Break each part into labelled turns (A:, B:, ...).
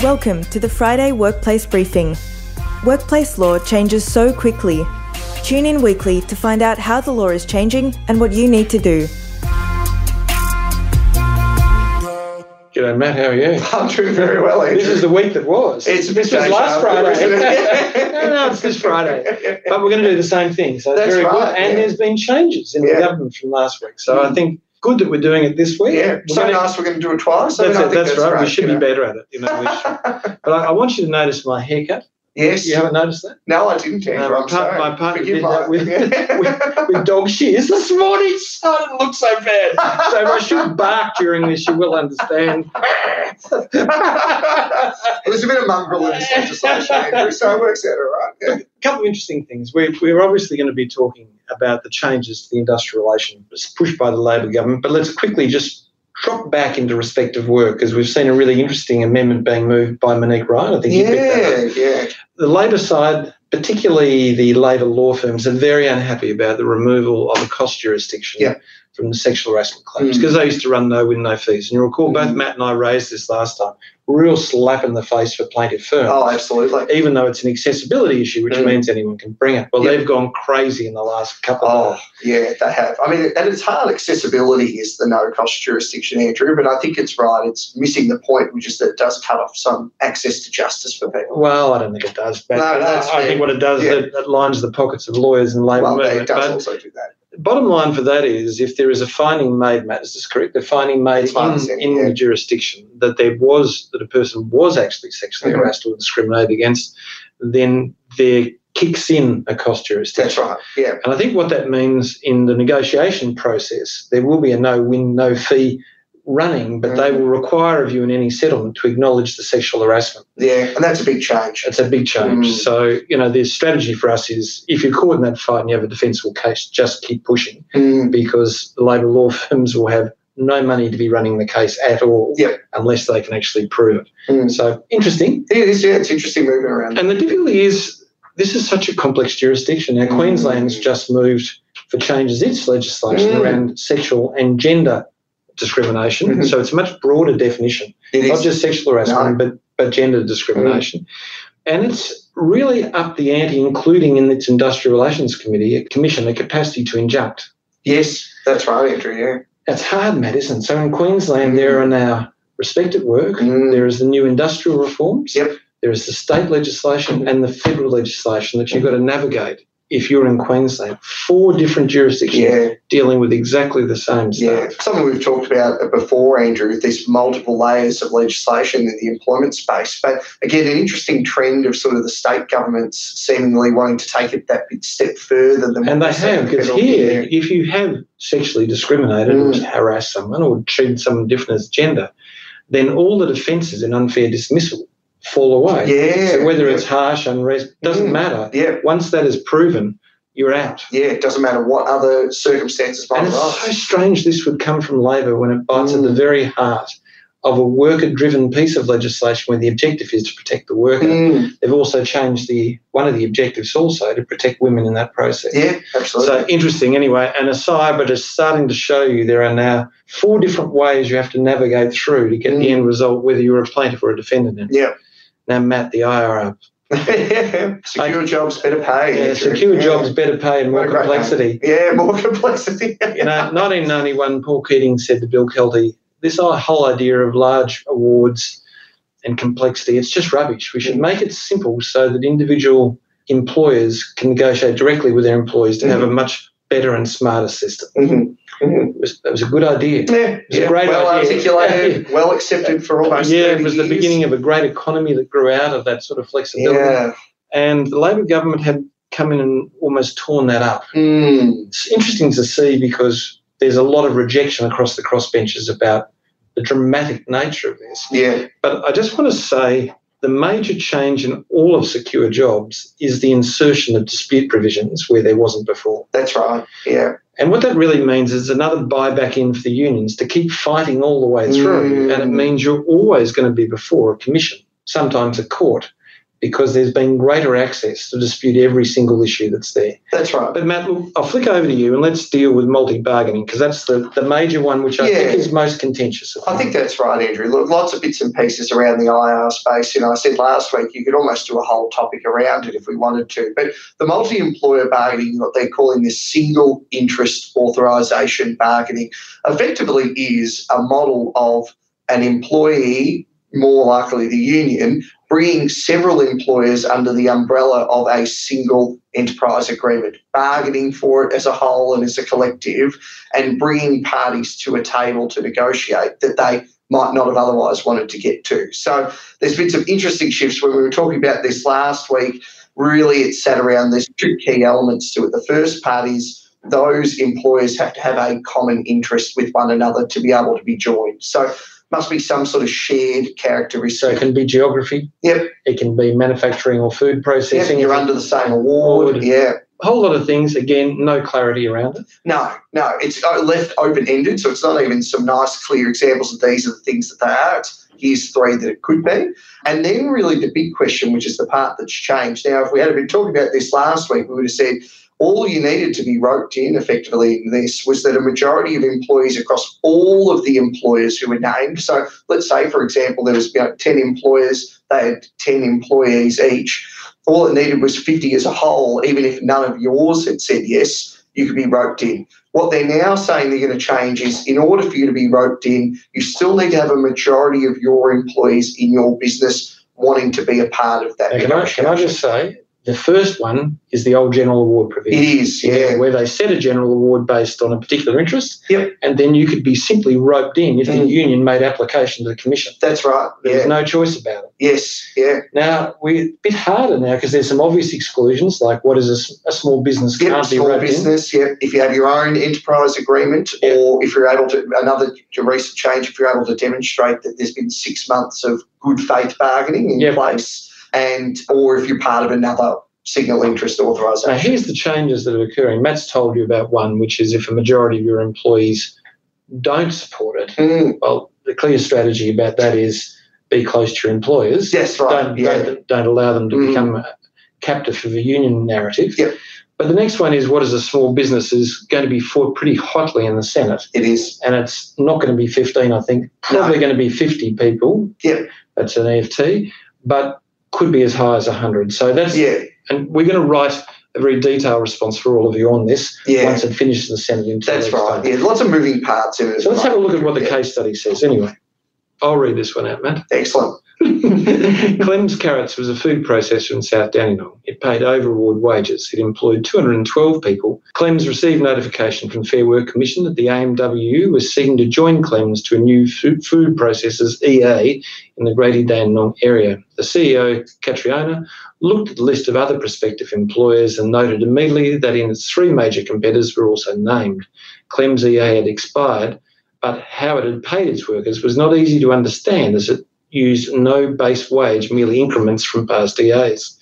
A: Welcome to the Friday Workplace Briefing. Workplace law changes so quickly. Tune in weekly to find out how the law is changing and what you need to do.
B: G'day, Matt. How are you?
C: I'm doing very well, Andrew.
B: This is the week that was.
C: It's
B: this
C: Mr.
B: was last
C: Sharp,
B: Friday.
C: isn't it?
B: no, no, it's this Friday. But we're going to do the same thing, so it's
C: That's
B: very good.
C: right,
B: And
C: yeah.
B: there's been changes in the
C: Yeah.
B: government from last week, so I
C: Mm.
B: think good that we're doing it this week.
C: yeah,
B: We're
C: so
B: gonna-
C: nice we're going to do it twice. I
B: That's,
C: mean, I
B: it,
C: think
B: that's right. We should
C: you
B: be
C: know.
B: better at it. You know, we should. But I, I want you to notice my haircut.
C: Yes.
B: You haven't noticed that? Um,
C: No, I didn't, Andrew.
B: Uh, my
C: I'm
B: part-
C: sorry.
B: my partner
C: Forgive
B: did
C: my-
B: that with-
C: Yeah.
B: With dog shears this morning, so
C: Oh,
B: it looks so bad. So if I should bark during this, you will understand.
C: There's a bit of mongrel in this legislation, Andrew, so it works out all right. Yeah.
B: couple of interesting things. We're, we're obviously going to be talking about the changes to the industrial relations pushed by the Labor government, but let's quickly just drop back into respect of work because we've seen a really interesting amendment being moved by Monique Ryan. I think you picked that up.
C: Yeah, yeah.
B: The Labor side, particularly the Labor law firms, are very unhappy about the removal of a cost jurisdiction
C: Yeah.
B: from the sexual harassment claims
C: Mm.
B: because they used to run no win, no fees. And you recall both
C: Mm.
B: Matt and I raised this last time. Real slap in the face for plaintiff firms
C: Oh, absolutely.
B: even though it's an accessibility issue, which
C: Mm.
B: means anyone can bring it. Well,
C: Yeah.
B: they've gone crazy in the last couple
C: Oh,
B: of
C: yeah, they have. I mean, at its hard, accessibility is the no cost jurisdiction, Andrew, but I think it's right. It's missing the point, which is that it does cut off some access to justice for people.
B: well, I don't think it does, but
C: No,
B: I-
C: that's
B: I,
C: fair.
B: think what it does
C: Yeah.
B: is it, it lines the pockets of lawyers and labour
C: Well, it
B: movement.
C: does
B: But
C: also do that.
B: bottom line for that is, if there is a finding made, Matt, is this correct? The finding made
C: That's my
B: in,
C: understanding,
B: in
C: yeah.
B: the jurisdiction that there was that a person was actually sexually
C: Mhm.
B: harassed or discriminated against, then there kicks in a cost jurisdiction.
C: That's right. Yeah.
B: And I think what that means in the negotiation process, there will be a no win, no fee running, but
C: Mm.
B: they will require of you in any settlement to acknowledge the sexual harassment.
C: Yeah. And that's a big change.
B: It's a big change.
C: Mm.
B: So, you know, the strategy for us is if you're caught in that fight and you have a defensible case, just keep pushing
C: Mm.
B: because the labour law firms will have no money to be running the case at all
C: Yep.
B: unless they can actually prove it.
C: Mm.
B: So, interesting.
C: It is, yeah, it's interesting moving around.
B: And the difficulty is, this is such a complex jurisdiction. Now,
C: Mm.
B: Queensland's just moved for changes its legislation
C: Mm.
B: around sexual and gender discrimination.
C: Mhm.
B: So it's a much broader definition,
C: It
B: not
C: is.
B: just sexual harassment, but, but gender discrimination. And it's really up the ante, including in its Industrial Relations Committee, a commission, a capacity to injunct.
C: yes, that's right, Andrew, yeah.
B: That's hard, Matt, isn't it? So in Queensland,
C: Mm.
B: there are now respected work,
C: Mm.
B: there is the new industrial reforms.
C: Yep.
B: There is the state legislation and the federal legislation that you've got to navigate if you're in Queensland. Four different jurisdictions
C: Yeah,
B: dealing with exactly the same
C: yeah.
B: stuff.
C: Something we've talked about before, Andrew, this multiple layers of legislation in the employment space. But again, an interesting trend of sort of the state governments seemingly wanting to take it that bit step further than
B: And
C: what
B: they
C: we're seeing
B: have, because
C: federal-
B: here,
C: Yeah.
B: if you have sexually discriminated or
C: Mm.
B: harassed someone or treated someone different as gender, then all the defences in unfair dismissal fall away.
C: Yeah.
B: So whether it's harsh, unrest, doesn't
C: Mm.
B: matter.
C: yeah,
B: Once that is proven, you're out.
C: yeah, it doesn't matter what other circumstances might
B: And it's
C: arise.
B: so strange this would come from Labor when it bites at
C: Oh, Mm.
B: the very heart of a worker driven piece of legislation where the objective is to protect the worker.
C: Mm,
B: They've also changed the one of the objectives also to protect women in that process.
C: yeah, absolutely.
B: So interesting anyway, and aside, but it's starting to show you there are now four different ways you have to navigate through to get the
C: Mm.
B: end result, whether you're a plaintiff or a defendant. And
C: Yeah.
B: Now, Matt, the IRR.
C: secure jobs, better pay.
B: Yeah,
C: Andrew.
B: secure
C: Yeah.
B: jobs, better pay, and more
C: What a great name.
B: complexity.
C: Yeah, more complexity.
B: You know, 1991, Paul Keating said to Bill Kelty, this whole idea of large awards and complexity, it's just rubbish. We should make it simple so that individual employers can negotiate directly with their employees to have
C: Mm-hmm.
B: a much better and smarter system.
C: Mhm. Mhm.
B: It was, it was a good idea.
C: Yeah,
B: It's a great
C: well
B: idea.
C: articulated, well accepted for almost
B: yeah, it
C: 30
B: was
C: years.
B: the beginning of a great economy that grew out of that sort of flexibility.
C: Yeah.
B: And the Labor government had come in and almost torn that up.
C: Mm.
B: it's interesting to see because there's a lot of rejection across the crossbenches about the dramatic nature of this.
C: Yeah.
B: But I just want to say the major change in all of secure jobs is the insertion of dispute provisions where there wasn't before.
C: That's right. Yeah.
B: And what that really means is another buyback in for the unions to keep fighting all the way through.
C: Mm.
B: And it means you're always going to be before a commission, sometimes a court, because there's been greater access to dispute every single issue that's there.
C: That's right.
B: But Matt, look, I'll flick over to you and let's deal with multi bargaining because that's the, the major one which I
C: Yeah.
B: think is most contentious.
C: I think that's right, Andrew. Look, lots of bits and pieces around the IR space. You know, I said last week you could almost do a whole topic around it if we wanted to. But the multi-employer bargaining, what they're calling this single interest authorisation bargaining, effectively is a model of an employee, more likely the union, bringing several employers under the umbrella of a single enterprise agreement, bargaining for it as a whole and as a collective and bringing parties to a table to negotiate that they might not have otherwise wanted to get to. So there's been some interesting shifts when we were talking about this last week. Really, it's sat around these two key elements to it. The first part is those employers have to have a common interest with one another to be able to be joined. So must be some sort of shared
B: so it
C: characteristic.
B: can be geography.
C: Yep.
B: It can be manufacturing or food
C: Yep,
B: processing.
C: you're under the same award.
B: Award.
C: Yeah.
B: a whole lot of things. Again, no clarity around it.
C: No, no, it's uh, left open ended, so it's not even some nice, clear examples of these are the things that they are. It's here's three that it could be. And then, really, the big question, which is the part that's changed. Now, if we had been talking about this last week, we would have said all you needed to be roped in effectively in this was that a majority of employees across all of the employers who were named. So, let's say, for example, there was about 10 employers, they had 10 employees each. All it needed was 50 as a whole, even if none of yours had said yes you could be roped in. What they're now saying they're going to change is in order for you to be roped in, you still need to have a majority of your employees in your business wanting to be a part of that.
B: Now, can, I, can I just say the first one is the old general award
C: It
B: provision.
C: is, yeah.
B: Where they set a general award based on a particular interest.
C: Yep.
B: And then you could be simply roped in if the
C: Mm.
B: union made application to the commission.
C: That's right.
B: There's
C: Yeah.
B: no choice about it.
C: Yes. Yeah.
B: Now we're a bit harder now because there's some obvious exclusions, like what is a s- a, small business
C: Yep,
B: can't be
C: small
B: roped in.
C: business. Yep. If you have your own enterprise agreement,
B: Yep.
C: or if you're able to, another recent change, if you're able to demonstrate that there's been six months of good faith bargaining in
B: Yep.
C: place, and or if you're part of another signal interest
B: Now
C: authorisation.
B: here's the changes that are occurring. Matt's told you about one, which is if a majority of your employees don't support it,
C: Mm,
B: well, the clear strategy about that is be close to your employers.
C: Yes, right.
B: Don't,
C: yeah.
B: don't, don't allow them to
C: Mm.
B: become a captive of a union narrative.
C: Yep.
B: But the next one is what is a small business is going to be fought pretty hotly in the Senate.
C: It is.
B: and it's not going to be 15, I think. Probably going to be 50 people.
C: Yep.
B: That's an EFT, but could be as high as 100. So that's,
C: Yeah,
B: and we're going to write a very detailed response for all of you on this
C: yeah.
B: once it finishes the Senate in two
C: that's
B: weeks'
C: right.
B: time.
C: Yeah, lots of moving parts in it.
B: So let's have a look at what the
C: Yeah.
B: case study says anyway. I'll read this one out, Matt.
C: Excellent.
B: Clem's Carrots was a food processor in South Dandenong. It paid overaward wages. It employed 212 people. Clem's received notification from Fair Work Commission that the AMWU was seeking to join Clem's to a new fu- food processors EA in the Greater Dandenong area. The CEO, Catriona, looked at the list of other prospective employers and noted immediately that in its three major competitors were also named. Clem's EA had expired, but how it had paid its workers was not easy to understand as it used no base wage, merely increments from past EAs.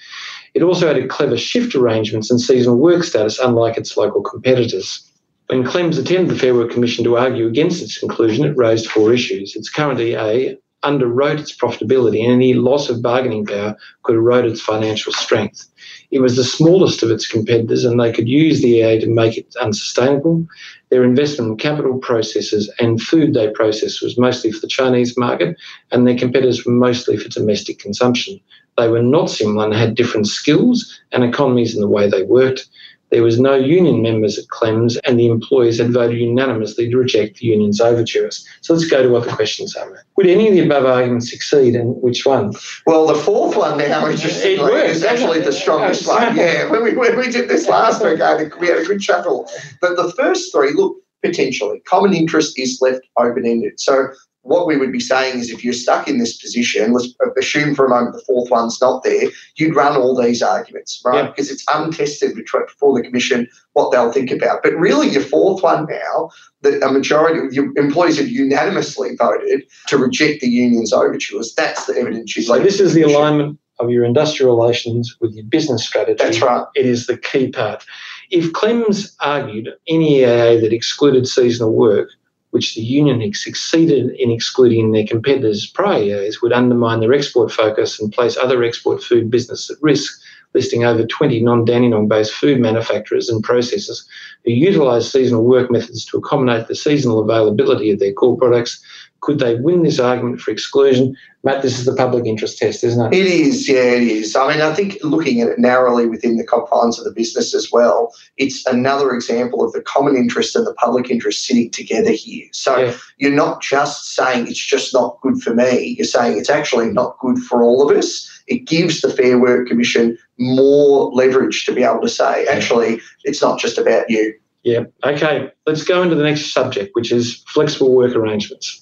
B: It also added clever shift arrangements and seasonal work status, unlike its local competitors. When Clems attended the Fair Work Commission to argue against its conclusion, it raised four issues. Its current EA underwrote its profitability, and any loss of bargaining power could erode its financial strength. It was the smallest of its competitors, and they could use the EA to make it unsustainable. Their investment in capital processes and food they processed was mostly for the Chinese market, and their competitors were mostly for domestic consumption. They were not similar and had different skills and economies in the way they worked. There was no union members at Clem's, and the employees had voted unanimously to reject the union's overtures. So let's go to what the questions are. Matt. Would any of the above arguments succeed, and which one?
C: Well, the fourth one now,
B: It
C: interestingly,
B: works,
C: is actually
B: doesn't it?
C: the strongest
B: Oh,
C: one. Yeah, when we, when we did this last week, I think we had a good chuckle. But the first three, look, potentially, common interest is left open ended. So what we would be saying is if you're stuck in this position, let's assume for a moment the fourth one's not there, you'd run all these arguments, right?
B: Yeah.
C: Because it's untested between- before the commission what they'll think about. But really, your fourth one now, that a majority of your employees have unanimously voted to reject the union's overtures, that's the evidence you'd
B: So
C: like.
B: this is the alignment of your industrial relations with your business strategy.
C: That's right.
B: it is the key part. If Clem's argued any EAA that excluded seasonal work which the union succeeded in excluding their competitors prior years, would undermine their export focus and place other export food business at risk, listing over 20 non-Dandenong based food manufacturers and processors who utilise seasonal work methods to accommodate the seasonal availability of their core products. Could they win this argument for exclusion? Matt, this is the public interest test, isn't it?
C: It is, yeah, it is. I mean, I think looking at it narrowly within the confines of the business as well, it's another example of the common interest and the public interest sitting together here. So
B: Yeah.
C: you're not just saying it's just not good for me, you're saying it's actually not good for all of us. It gives the Fair Work Commission more leverage to be able to say, actually, it's not just about you.
B: Yeah. Okay. Let's go into the next subject, which is flexible work arrangements.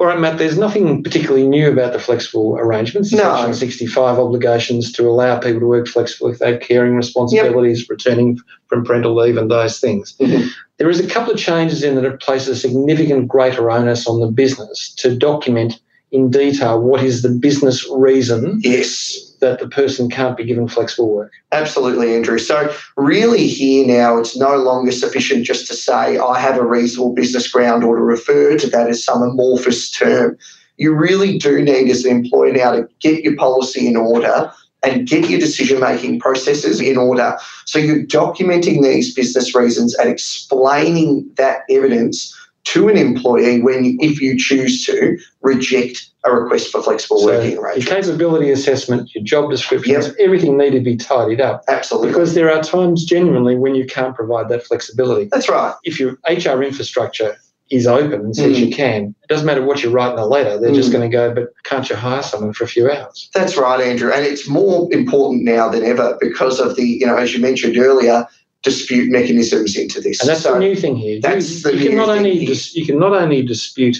B: All right, Matt, there's nothing particularly new about the flexible arrangements.
C: No.
B: Section 65 obligations to allow people to work flexibly if they have caring responsibilities, returning from parental leave, and those things.
C: Mhm.
B: There is a couple of changes in that it places a significant greater onus on the business to document in detail what is the business reason
C: Yes.
B: that the person can't be given flexible work.
C: Absolutely, Andrew. So, really, here now, it's no longer sufficient just to say, I have a reasonable business ground or to refer to that as some amorphous term. You really do need, as an employer, now to get your policy in order and get your decision making processes in order. So, you're documenting these business reasons and explaining that evidence to an employee when, if you choose to, reject a request for flexible
B: So
C: working
B: Your
C: arrangement.
B: capability assessment, your job descriptions, everything need to be tidied up.
C: Absolutely.
B: Because there are times genuinely when you can't provide that flexibility.
C: That's right.
B: If your HR infrastructure is open and says
C: Mm.
B: you can, it doesn't matter what you write in the letter, they're just
C: Mm.
B: going to go, but can't you hire someone for a few hours?
C: That's right, Andrew. And it's more important now than ever because of the, you know, as you mentioned earlier, dispute mechanisms into this.
B: And that's
C: So-
B: the new thing here. You-
C: That's the
B: you, can
C: new
B: not
C: thing
B: only
C: here.
B: dis- you can not only dispute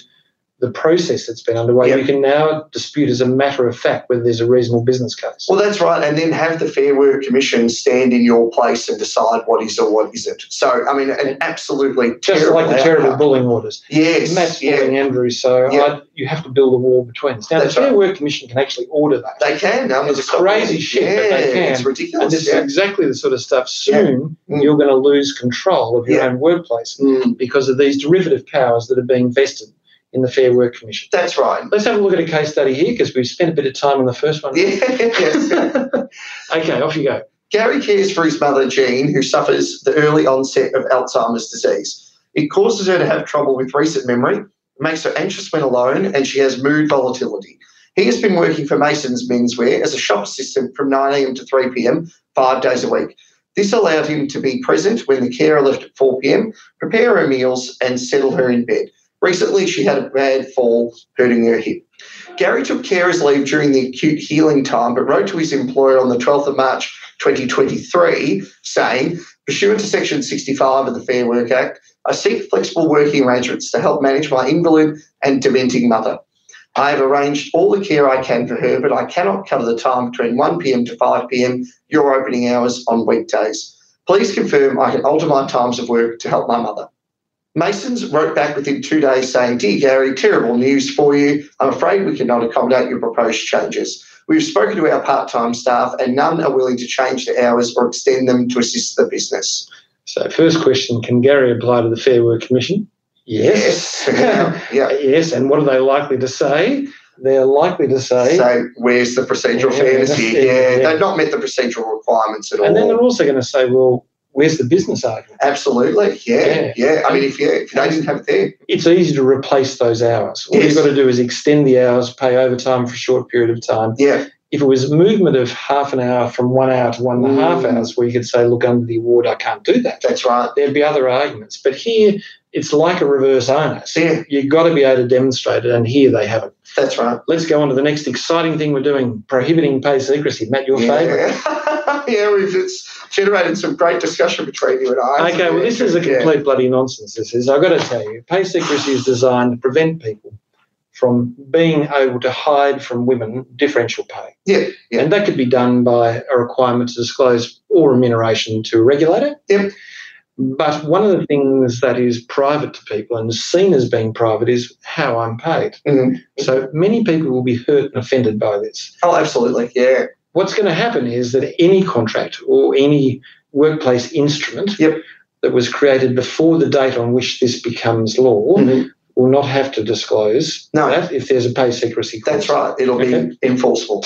B: the process that's been underway,
C: Yep.
B: you can now dispute as a matter of fact whether there's a reasonable business case.
C: well, that's right. And then have the Fair Work Commission stand in your place and decide what is or what isn't. So, I mean, an absolutely
B: just
C: terrible Uh,
B: like the terrible
C: outcome.
B: bullying orders.
C: Yes.
B: Matt's
C: yeah.
B: bullying Andrew, so
C: Yeah.
B: I, you have to build a wall between us. Now,
C: That's
B: the Fair
C: right.
B: Work Commission can actually order that.
C: They can. No,
B: It's
C: it's not-
B: crazy shit, but
C: Yeah,
B: they can.
C: It's
B: And this
C: ridiculous.
B: is
C: Yeah.
B: exactly the sort of stuff soon
C: Yeah. Mm.
B: you're going to lose control of your
C: Yeah.
B: own workplace
C: Mm,
B: because of these derivative powers that are being vested in the Fair Work Commission.
C: that's right.
B: Let's have a look at a case study here because we've spent a bit of time on the first one.
C: Yeah, yes.
B: okay, off you go.
C: Gary cares for his mother, Jean, who suffers the early onset of Alzheimer's disease. It causes her to have trouble with recent memory, makes her anxious when alone, and she has mood volatility. He has been working for Mason's Menswear as a shop assistant from 9am to 3pm, five days a week. This allowed him to be present when the carer left at 4pm, prepare her meals, and settle her in bed. Recently, she had a bad fall, hurting her hip. Gary took carer's leave during the acute healing time, but wrote to his employer on the 12th of March 2023 saying, pursuant to section 65 of the Fair Work Act, I seek flexible working arrangements to help manage my invalid and dementing mother. I have arranged all the care I can for her, but I cannot cover the time between 1pm to 5pm, your opening hours on weekdays. Please confirm I can alter my times of work to help my mother. Masons wrote back within two days saying, Dear Gary, terrible news for you. I'm afraid we cannot accommodate your proposed changes. We've spoken to our part time staff and none are willing to change the hours or extend them to assist the business.
B: So, first question Can Gary apply to the Fair Work Commission? Yes.
C: yeah. yeah.
B: yes, and what are they likely to say? They're likely to say.
C: So, where's the procedural
B: Yeah,
C: fairness
B: that's
C: here?
B: it,
C: Yeah,
B: yeah.
C: they've not met the procedural requirements at
B: and then they're
C: all.
B: also going to say, well, where's the business argument?
C: Absolutely.
B: Yeah.
C: Yeah. Yeah. I mean, if, yeah, if they didn't have it there,
B: It's easy to replace those hours. All you've
C: Yes.
B: got to do is extend the hours, pay overtime for a short period of time.
C: yeah,
B: if it was a movement of half an hour from one hour to one and a half
C: Mm.
B: hours, where you could say, look, under the award, I can't do that.
C: that's right.
B: There'd be other arguments. But here, it's like a reverse onus.
C: Yeah.
B: You've got to be able to demonstrate it, and here they have it.
C: That's right.
B: Let's go on to the next exciting thing we're doing prohibiting pay secrecy. Matt, your favourite.
C: yeah. yeah, we've it's generated some great discussion between you and I.
B: Okay, well, this is a
C: Yeah.
B: complete bloody nonsense. This is, I've got to tell you, pay secrecy is designed to prevent people from being able to hide from women differential pay.
C: Yeah, yeah.
B: And that could be done by a requirement to disclose all remuneration to a regulator.
C: Yep.
B: But one of the things that is private to people and is seen as being private is how I'm paid.
C: Mm.
B: So many people will be hurt and offended by this
C: Oh, absolutely. Yeah.
B: what's going to happen is that any contract or any workplace instrument
C: Yep.
B: that was created before the date on which this becomes law
C: Mhm.
B: will not have to disclose
C: No.
B: that if there's a pay secrecy clause.
C: That's right. It'll
B: Okay.
C: be enforceable.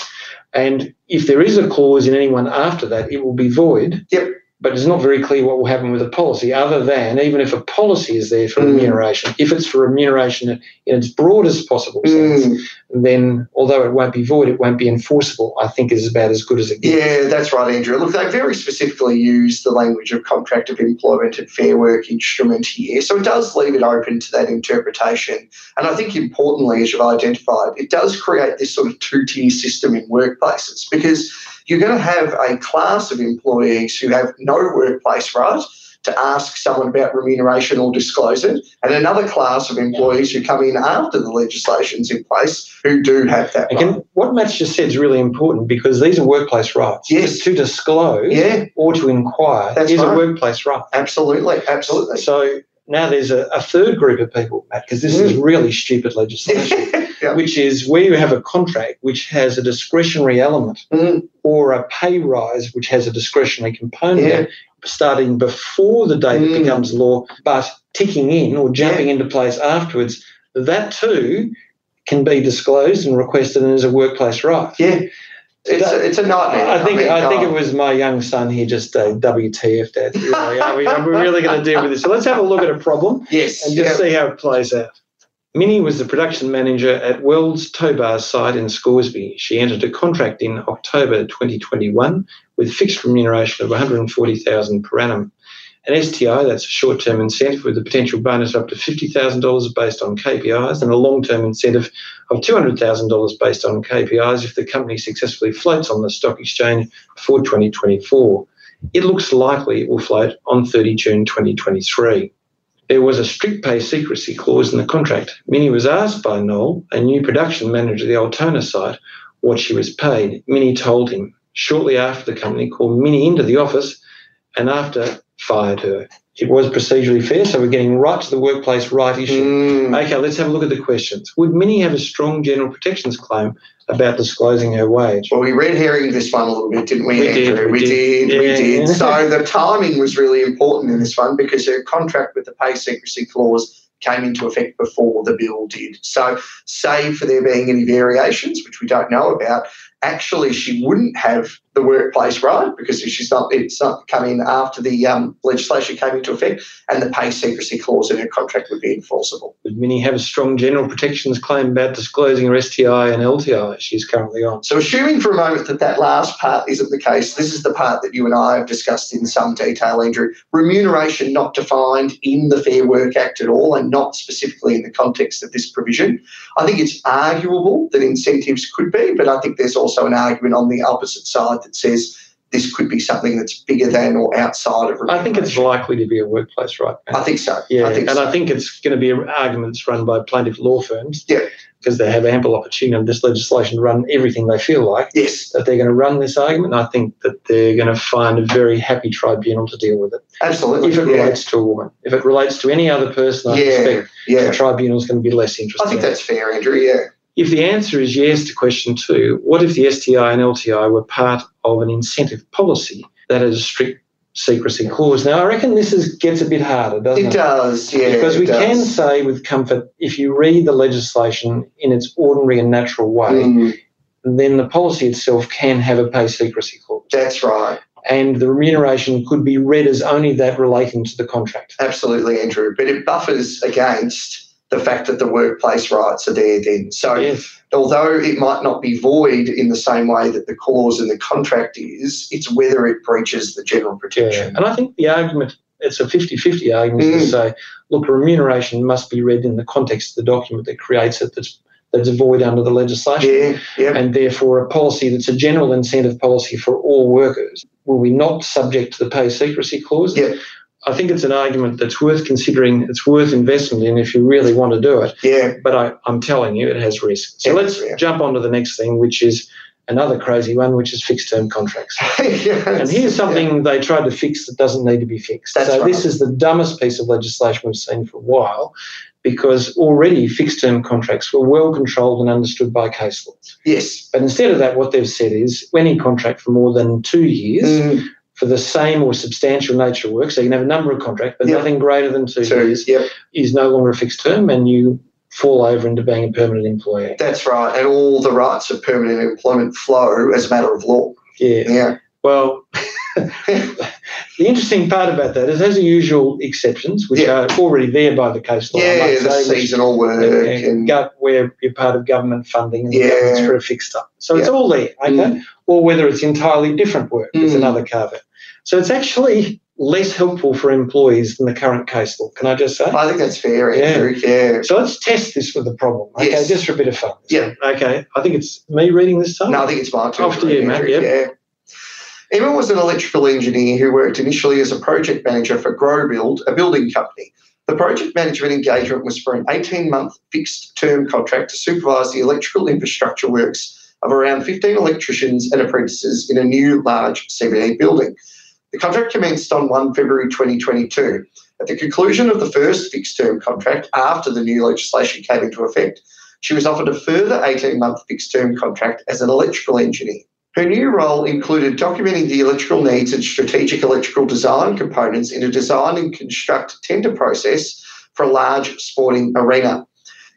B: And if there is a clause in anyone after that, it will be void.
C: Yep.
B: But it's not very clear what will happen with a policy, other than even if a policy is there for
C: Mm.
B: remuneration, if it's for remuneration in its broadest possible sense,
C: Mm,
B: then although it won't be void, it won't be enforceable, I think is about as good as it gets.
C: yeah, that's right, Andrew. Look, they very specifically use the language of contract of employment and fair work instrument here. So it does leave it open to that interpretation. And I think importantly, as you've identified, it does create this sort of two tier system in workplaces because you're going to have a class of employees who have no workplace right to ask someone about remuneration or disclose it, and another class of employees who come in after the legislation's in place who do have that right.
B: Again, what Matt's just said is really important because these are workplace rights.
C: Yes.
B: To disclose
C: Yeah,
B: or to inquire
C: That's
B: is a
C: right.
B: workplace right.
C: absolutely, absolutely.
B: So now there's a, a third group of people, Matt, because this
C: Mm.
B: is really stupid legislation.
C: Yeah.
B: which is where you have a contract which has a discretionary element
C: Mm,
B: or a pay rise which has a discretionary component
C: Yeah.
B: starting before the date it
C: Mm.
B: becomes law but ticking in or jumping into place afterwards that too can be disclosed and requested and is a workplace right
C: yeah, it's a, it's a nightmare.
B: I think
C: mean, oh,
B: I, think it
C: God.
B: was my young son here just uh, WTF dad. Really. Are we, are we really going to deal with this? So let's have a look at a problem
C: Yes.
B: and
C: yeah.
B: just see how it plays out. Minnie was the production manager at Wells Tobar's site in Scoresby. She entered a contract in October 2021 with fixed remuneration of 140,000 per annum. An STI, that's a short-term incentive with a potential bonus of up to $50,000 based on KPIs and a long-term incentive of $200,000 based on KPIs if the company successfully floats on the stock exchange before 2024. It looks likely it will float on 30 June 2023. There was a strict pay secrecy clause in the contract. Minnie was asked by Noel, a new production manager at the Altona site, what she was paid. Minnie told him. Shortly after, the company called Minnie into the office and after fired her. It was procedurally fair, so we're getting right to the workplace right issue.
C: Mm,
B: Okay, let's have a look at the questions. Would Minnie have a strong general protections claim about disclosing her wage?
C: Well, we red herring this one a little bit, didn't we,
B: We did,
C: Andrew?
B: we
C: we
B: did.
C: did.
B: Yeah.
C: We did. So the timing was really important in this one because her contract with the pay secrecy clause came into effect before the bill did. So, save for there being any variations, which we don't know about, actually she wouldn't have the workplace right because she's not. It's not come in after the um, legislation came into effect, and the pay secrecy clause in her contract would be enforceable.
B: Would Minnie have a strong general protections claim about disclosing her STI and LTI she's currently on?
C: So, assuming for a moment that that last part isn't the case, this is the part that you and I have discussed in some detail, Andrew. Remuneration not defined in the Fair Work Act at all and not specifically in the context of this provision. I think it's arguable that incentives could be, but I think there's also an argument on the opposite side that says this could be something that's bigger than or outside of
B: I think it's
C: remuneration.
B: likely to be a workplace right now.
C: I think so.
B: Yeah,
C: I think
B: and
C: so.
B: I think it's going to be arguments run by plaintiff law firms.
C: Yeah.
B: Because they have ample opportunity under this legislation to run everything they feel like,
C: yes,
B: that they're going to run this argument. And I think that they're going to find a very happy tribunal to deal with it.
C: absolutely.
B: If it
C: yeah.
B: relates to a woman, if it relates to any other person, I
C: Yeah,
B: expect the
C: yeah.
B: tribunal's going to be less interested.
C: I think
B: in it.
C: that's fair, Andrew. Yeah.
B: If the answer is yes to question two, what if the STI and LTI were part of an incentive policy that has a strict secrecy clause? Now, I reckon this is, gets a bit harder, doesn't
C: It does, yeah.
B: because
C: it
B: we
C: does.
B: can say with comfort if you read the legislation in its ordinary and natural way,
C: Mm,
B: then the policy itself can have a pay secrecy clause.
C: that's right.
B: And the remuneration could be read as only that relating to the contract.
C: Absolutely, Andrew. But it buffers against the fact that the workplace rights are there then. So
B: Yes.
C: although it might not be void in the same way that the clause in the contract is, it's whether it breaches the general
B: Yeah.
C: protection.
B: And I think the argument, it's a 50 50 argument to
C: Mm.
B: say, look, remuneration must be read in the context of the document that creates it that's, that's void under the legislation.
C: Yeah, yeah.
B: and therefore a policy that's a general incentive policy for all workers will be not subject to the pay secrecy clause.
C: Yeah.
B: I think it's an argument that's worth considering, it's worth investment in if you really want to do it.
C: Yeah.
B: But I, I'm telling you, it has risk. So
C: Yeah,
B: let's
C: yeah.
B: jump on to the next thing, which is another crazy one, which is fixed term contracts. And here's something they tried to fix that doesn't need to be fixed.
C: That's
B: so
C: right.
B: this is the dumbest piece of legislation we've seen for a while because already fixed term contracts were well controlled and understood by case law.
C: Yes.
B: But instead of that, what they've said is any contract for more than two years
C: Mm,
B: for the same or substantial nature of work. So you can have a number of contracts, but
C: Yep.
B: nothing greater than two
C: So,
B: years
C: yep,
B: is no longer a fixed term, and you fall over into being a permanent employee.
C: that's right. And all the rights of permanent employment flow as a matter of law.
B: Yeah.
C: Yeah.
B: Well, the interesting part about that is, as the usual exceptions, which
C: Yeah.
B: are already there by the case law, I
C: Yeah,
B: might
C: the
B: say, which-
C: seasonal work
B: and, and
C: and
B: go- where you're part of government funding and the
C: Yeah.
B: government's for a fixed up. So it's
C: Yeah.
B: all there, okay?
C: Mm.
B: Or whether it's entirely different work is
C: Mm.
B: another carve out. So it's actually less helpful for employees than the current case law, can I just say?
C: I think that's fair,
B: Yeah.
C: Andrew. Yeah.
B: So let's test this with a problem, okay?
C: Yes.
B: Just for a bit of fun.
C: Yeah.
B: Okay. I think it's me reading this time.
C: No, I think it's my turn.
B: After you, Matt,
C: Andrew, Yeah. Emma was an electrical engineer who worked initially as a project manager for GrowBuild, a building company. The project management engagement was for an 18 month fixed term contract to supervise the electrical infrastructure works of around 15 electricians and apprentices in a new large CBD building. The contract commenced on 1 February 2022. At the conclusion of the first fixed term contract, after the new legislation came into effect, she was offered a further 18 month fixed term contract as an electrical engineer. Her new role included documenting the electrical needs and strategic electrical design components in a design and construct tender process for a large sporting arena.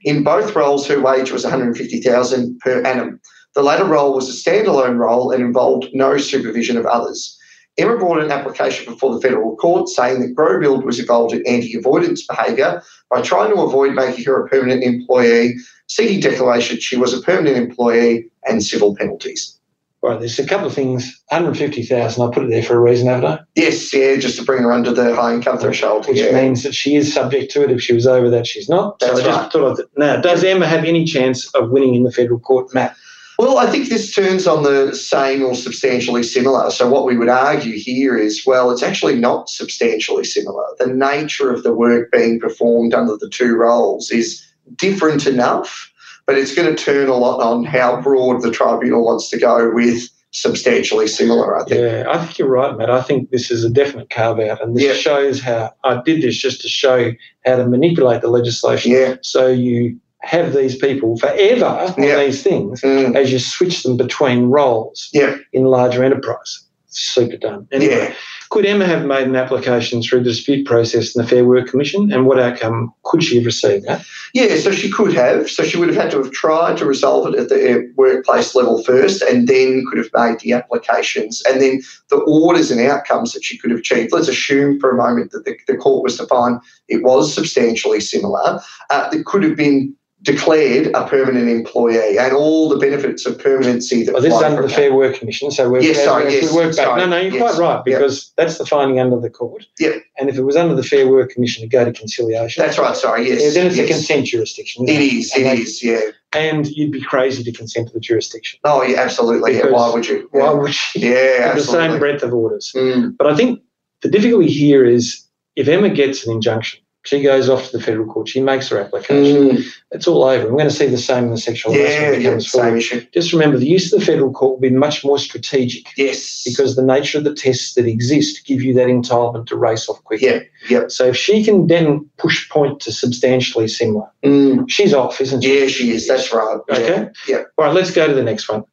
C: In both roles, her wage was $150,000 per annum. The latter role was a standalone role and involved no supervision of others. Emma brought an application before the federal court saying that Growbuild was involved in anti avoidance behaviour by trying to avoid making her a permanent employee seeking declaration she was a permanent employee and civil penalties.
B: Right, there's a couple of things. 150,000, I put it there for a reason, haven't I?
C: Yes, yeah, just to bring her under the high income threshold.
B: Which
C: yeah.
B: means that she is subject to it. If she was over that, she's not.
C: That's
B: so I just
C: right.
B: thought of that. Now, does Emma have any chance of winning in the federal court, Matt?
C: Well, I think this turns on the same or substantially similar. So, what we would argue here is well, it's actually not substantially similar. The nature of the work being performed under the two roles is different enough, but it's going to turn a lot on how broad the tribunal wants to go with substantially similar, I think.
B: Yeah, I think you're right, Matt. I think this is a definite carve out, and this
C: Yeah.
B: shows how I did this just to show how to manipulate the legislation.
C: Yeah.
B: So you have these people forever on
C: Yeah.
B: these things
C: Mm.
B: as you switch them between roles
C: Yeah.
B: in larger enterprise. Super done. Anyway,
C: Yeah.
B: could Emma have made an application through the dispute process in the Fair Work Commission, and what outcome could she have received? Matt?
C: Yeah, so she could have. So she would have had to have tried to resolve it at the uh, workplace level first and then could have made the applications. And then the orders and outcomes that she could have achieved, let's assume for a moment that the, the court was to find it was substantially similar, uh, that could have been declared a permanent employee and all the benefits of permanency that
B: Well, this is
C: flow
B: under
C: from
B: the
C: that.
B: Fair Work Commission, so we're,
C: Yes, sorry,
B: we
C: yes,
B: work back.
C: sorry,
B: no, no, you're
C: yes,
B: quite right
C: yeah.
B: because that's the finding under the court.
C: Yeah.
B: And if it was under the Fair Work Commission, to go to conciliation.
C: That's right, sorry,
B: Yeah,
C: yes.
B: then it's
C: yes.
B: a consent jurisdiction.
C: It
B: isn't it?
C: is, it is, yeah.
B: And you'd be crazy to consent to the jurisdiction.
C: Oh, yeah, absolutely. Yeah.
B: Because-
C: Why would you?
B: Why would you?
C: Yeah,
B: With the same
C: absolutely.
B: breadth of orders.
C: Mm,
B: But I think the difficulty here is if Emma gets an injunction, she goes off to the federal court, she makes her application,
C: mm.
B: it's all over. We're going to see the same in the sexual
C: Yeah,
B: harassment that
C: yeah,
B: comes
C: same
B: forward.
C: issue.
B: Just remember the use of the federal court will be much more strategic.
C: Yes.
B: because the nature of the tests that exist give you that entitlement to race off quickly.
C: Yeah, yeah.
B: So if she can then push point to substantially similar,
C: Mm,
B: she's off, isn't she?
C: yeah, she is. That's right. Yeah.
B: Okay.
C: Yeah.
B: All right, let's go to the next one.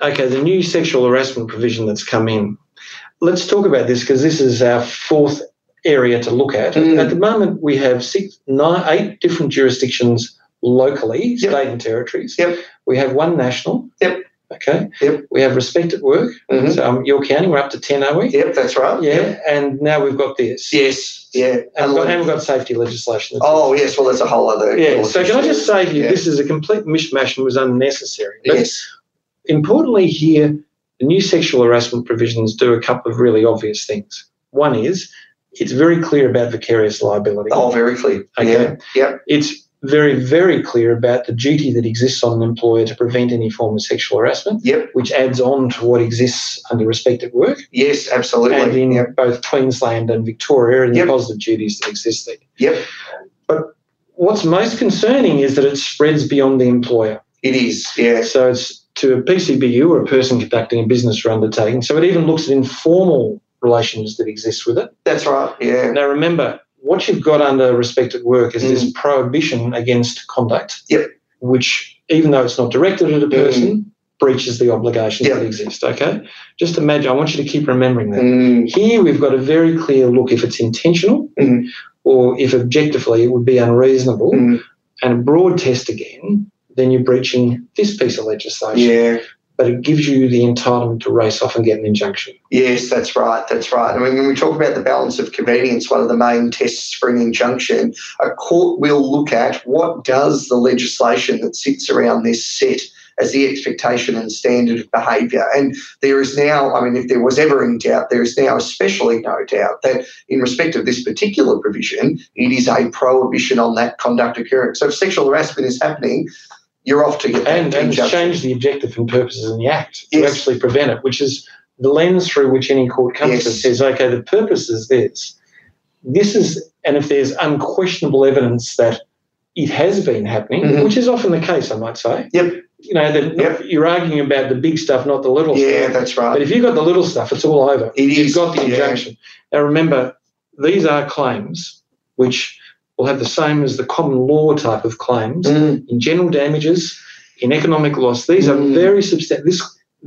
B: Okay, the new sexual harassment provision that's come in. Let's talk about this because this is our fourth area to look at.
C: Mm.
B: At the moment, we have six, nine, eight different jurisdictions locally,
C: Yep.
B: state and territories.
C: Yep.
B: We have one national.
C: Yep.
B: Okay.
C: Yep.
B: We have respect at work.
C: Mhm.
B: So um, you're counting. We're up to ten, are we?
C: Yep, that's right.
B: Yeah, and now we've got this.
C: Yes. Yeah.
B: and we've got, and we've got safety legislation.
C: oh, yes. Well, that's a whole other.
B: yeah. So can I just say to you,
C: Yeah.
B: this is a complete mishmash and was unnecessary. But
C: Yes.
B: importantly, here the new sexual harassment provisions do a couple of really obvious things. One is it's very clear about vicarious liability.
C: Oh, very clear.
B: Okay.
C: Yeah. Yep.
B: It's very, very clear about the duty that exists on an employer to prevent any form of sexual harassment,
C: Yep.
B: which adds on to what exists under respect at work
C: Yes,
B: and
C: absolutely.
B: in
C: Yep.
B: both Queensland and Victoria and
C: Yep.
B: the positive duties that exist there.
C: Yep.
B: What's most concerning is that it spreads beyond the employer.
C: It is. Yes.
B: So it's to a PCBU or a person conducting a business or undertaking. So it even looks at informal relations that exist with it.
C: That's right. Yeah.
B: Now remember, what you've got under respect at work is this prohibition against conduct.
C: Mm. Yep. Mm.
B: Which, even though it's not directed at a person, breaches the obligations
C: Yeah.
B: that exist. Okay, just imagine. I want you to keep remembering that.
C: Mm,
B: Here we've got a very clear look if it's intentional
C: Mhm.
B: or if objectively it would be unreasonable,
C: mm,
B: and a broad test again. Then you're breaching this piece of legislation,
C: yeah.
B: but it gives you the entitlement to race off and get an injunction.
C: Yes, that's right. That's right. I mean, when we talk about the balance of convenience, one of the main tests for an injunction, a court will look at what does the legislation that sits around this set as the expectation and standard of behaviour. And there is now, I mean, if there was ever any doubt, there is now especially no doubt that in respect of this particular provision, it is a prohibition on that conduct occurring. So if sexual harassment is happening, you're off to get that
B: And, and it's
C: injunction.
B: changed the objective and purposes in the Act to
C: Yes.
B: actually prevent it, which is the lens through which any court comes
C: Yes.
B: and says, okay, the purpose is this. This is, and if there's unquestionable evidence that it has been happening,
C: Mhm.
B: which is often the case, I might say.
C: Yep.
B: You know, that
C: Yep.
B: you're arguing about the big stuff, not the little
C: Yeah,
B: stuff.
C: that's right.
B: But if you've got the little stuff, it's all over.
C: It
B: you've
C: is,
B: got the
C: yeah.
B: injunction. Now remember, these are claims which will have the same as the common law type of claims
C: Mm,
B: in general damages, in economic loss. These are
C: Mm.
B: very substantial. This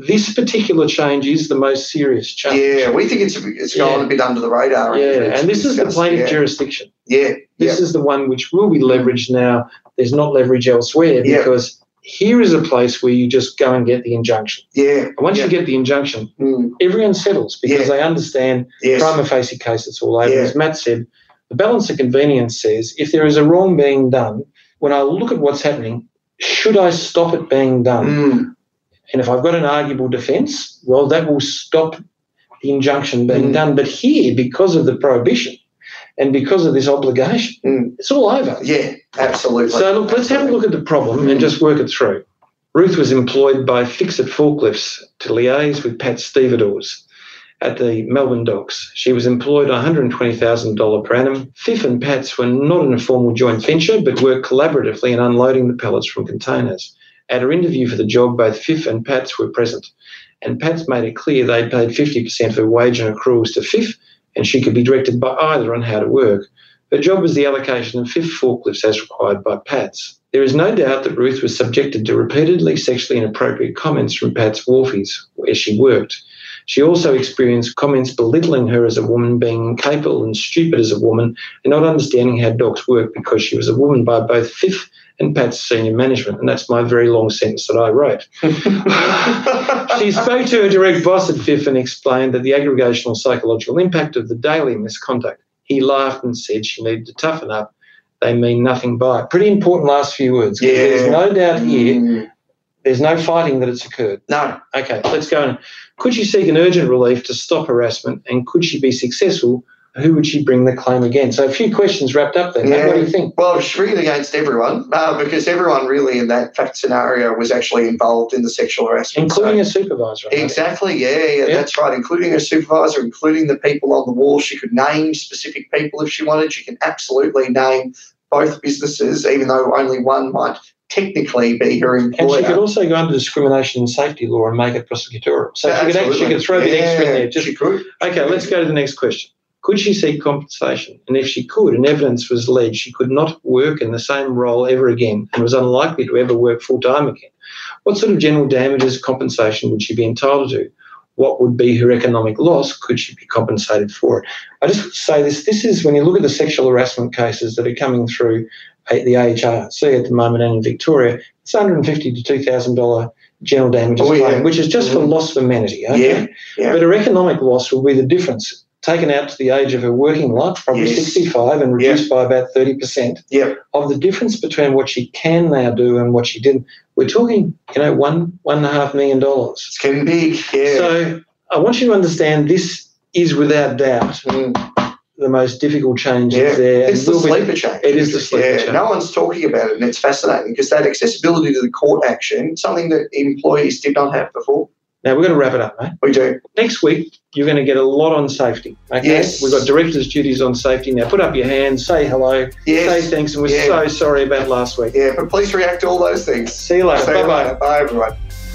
B: this particular change is the most serious change.
C: yeah, we think it's it's gone
B: Yeah.
C: a bit under the radar.
B: Yeah, and this is the plaintiff
C: yeah.
B: jurisdiction.
C: Yeah, yeah,
B: This is the one which will be leveraged now. There's not leverage elsewhere
C: Yeah.
B: because here is a place where you just go and get the injunction.
C: yeah.
B: And once
C: Yeah.
B: you get the injunction,
C: Mm,
B: everyone settles because
C: Yeah.
B: they understand
C: yes.
B: prima facie case, it's all over.
C: Yeah.
B: As Matt said, the balance of convenience says if there is a wrong being done, when I look at what's happening, should I stop it being done?
C: Mm,
B: And if I've got an arguable defence, well, that will stop the injunction being
C: Mm.
B: done. But here, because of the prohibition and because of this obligation,
C: Mm.
B: it's all over.
C: yeah, absolutely.
B: So look, let's have a look at the problem and just work it through. Ruth was employed by Fix It Forklifts to liaise with Pat Stevedores at the Melbourne docks. She was employed on $120,000 per annum. Fifth and Pat's were not in a formal joint venture, but worked collaboratively in unloading the pellets from containers. At her interview for the job, both Fifth and Pat's were present, and Pat's made it clear they paid 50% of her wage and accruals to Fifth, and she could be directed by either on how to work. Her job was the allocation of fifth forklifts as required by Pats. There is no doubt that Ruth was subjected to repeatedly sexually inappropriate comments from Pats Wharfies, where she worked. She also experienced comments belittling her as a woman, being incapable and stupid as a woman, and not understanding how docs work because she was a woman by both fifth and Pat's senior management. And that's my very long sentence that I wrote. She spoke to her direct boss at FIF and explained that the aggregational psychological impact of the daily misconduct. He laughed and said she needed to toughen up. They mean nothing by it. Pretty important last few words. 'cause There's
C: Yeah.
B: no doubt here,
C: Mm,
B: there's no fighting that it's occurred.
C: no,
B: Okay, let's go on. Could she seek an urgent relief to stop harassment and could she be successful? Who would she bring the claim against? So a few questions wrapped up there. Matt,
C: Yeah.
B: what do you think?
C: well, she's really against everyone uh, because everyone really in that fact scenario was actually involved in the sexual harassment.
B: Including a supervisor. I think.
C: Exactly. Yeah, yeah,
B: Yeah.
C: that's right. Including her supervisor, including the people on the wall. She could name specific people if she wanted. She can absolutely name both businesses, even though only one might technically be her
B: And she could
C: employer.
B: also go under discrimination and safety law and make it prosecutorial. So she could actually she
C: Absolutely.
B: could throw the extra in there.
C: Yeah,
B: Just
C: she could.
B: Okay, let's go to the next question. Could she seek compensation? And if she could, and evidence was led, she could not work in the same role ever again and was unlikely to ever work full time again. What sort of general damages compensation would she be entitled to? What would be her economic loss? Could she be compensated for it? I just say this this is when you look at the sexual harassment cases that are coming through at the AHRC at the moment and in Victoria, it's $150 to $2,000 general damages
C: Oh, yeah.
B: claim, which is just for
C: Mhm.
B: loss of amenity. Okay?
C: Yeah. Yeah.
B: But her economic loss will be the difference. Taken out to the age of her working life, probably
C: Yes.
B: 65, and
C: Yeah.
B: reduced by about 30%
C: Yep.
B: of the difference between what she can now do and what she didn't. We're talking, you know, one, one and a half million dollars.
C: It's getting big. Yeah.
B: So I want you to understand this is without doubt
C: Mm.
B: the most difficult change
C: Yeah.
B: that's there.
C: It's
B: And
C: the
B: will be-
C: sleeper change.
B: It is the sleeper
C: yeah,
B: change.
C: No one's talking about it, and it's fascinating because that accessibility to the court action, something that employees did not have before.
B: Now we're going to wrap it up, mate.
C: We do.
B: Next week, you're going to get a lot on safety. Okay?
C: Yes.
B: We've got director's duties on safety. Now put up your hand, say hello, say
C: Yes.
B: thanks, and we're
C: Yeah.
B: so sorry about last week.
C: Yeah, but please react to all those things.
B: See you later.
C: See you
B: Bye bye.
C: later. Bye, everyone.